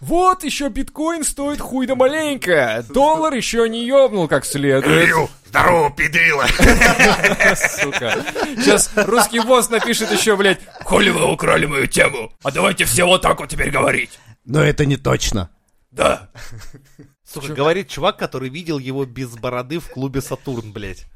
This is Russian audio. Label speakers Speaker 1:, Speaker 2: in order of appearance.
Speaker 1: Вот еще биткоин стоит хуй да маленько. Доллар еще не ёбнул как следует.
Speaker 2: Рю, здорово, педрила.
Speaker 1: Сука. Сейчас русский босс напишет еще, блядь.
Speaker 2: Хули вы украли мою тему? А давайте все вот так вот теперь говорить.
Speaker 3: Но это не точно.
Speaker 2: Да.
Speaker 4: Слушай, говорит чувак, который видел его без бороды в клубе Сатурн, блядь.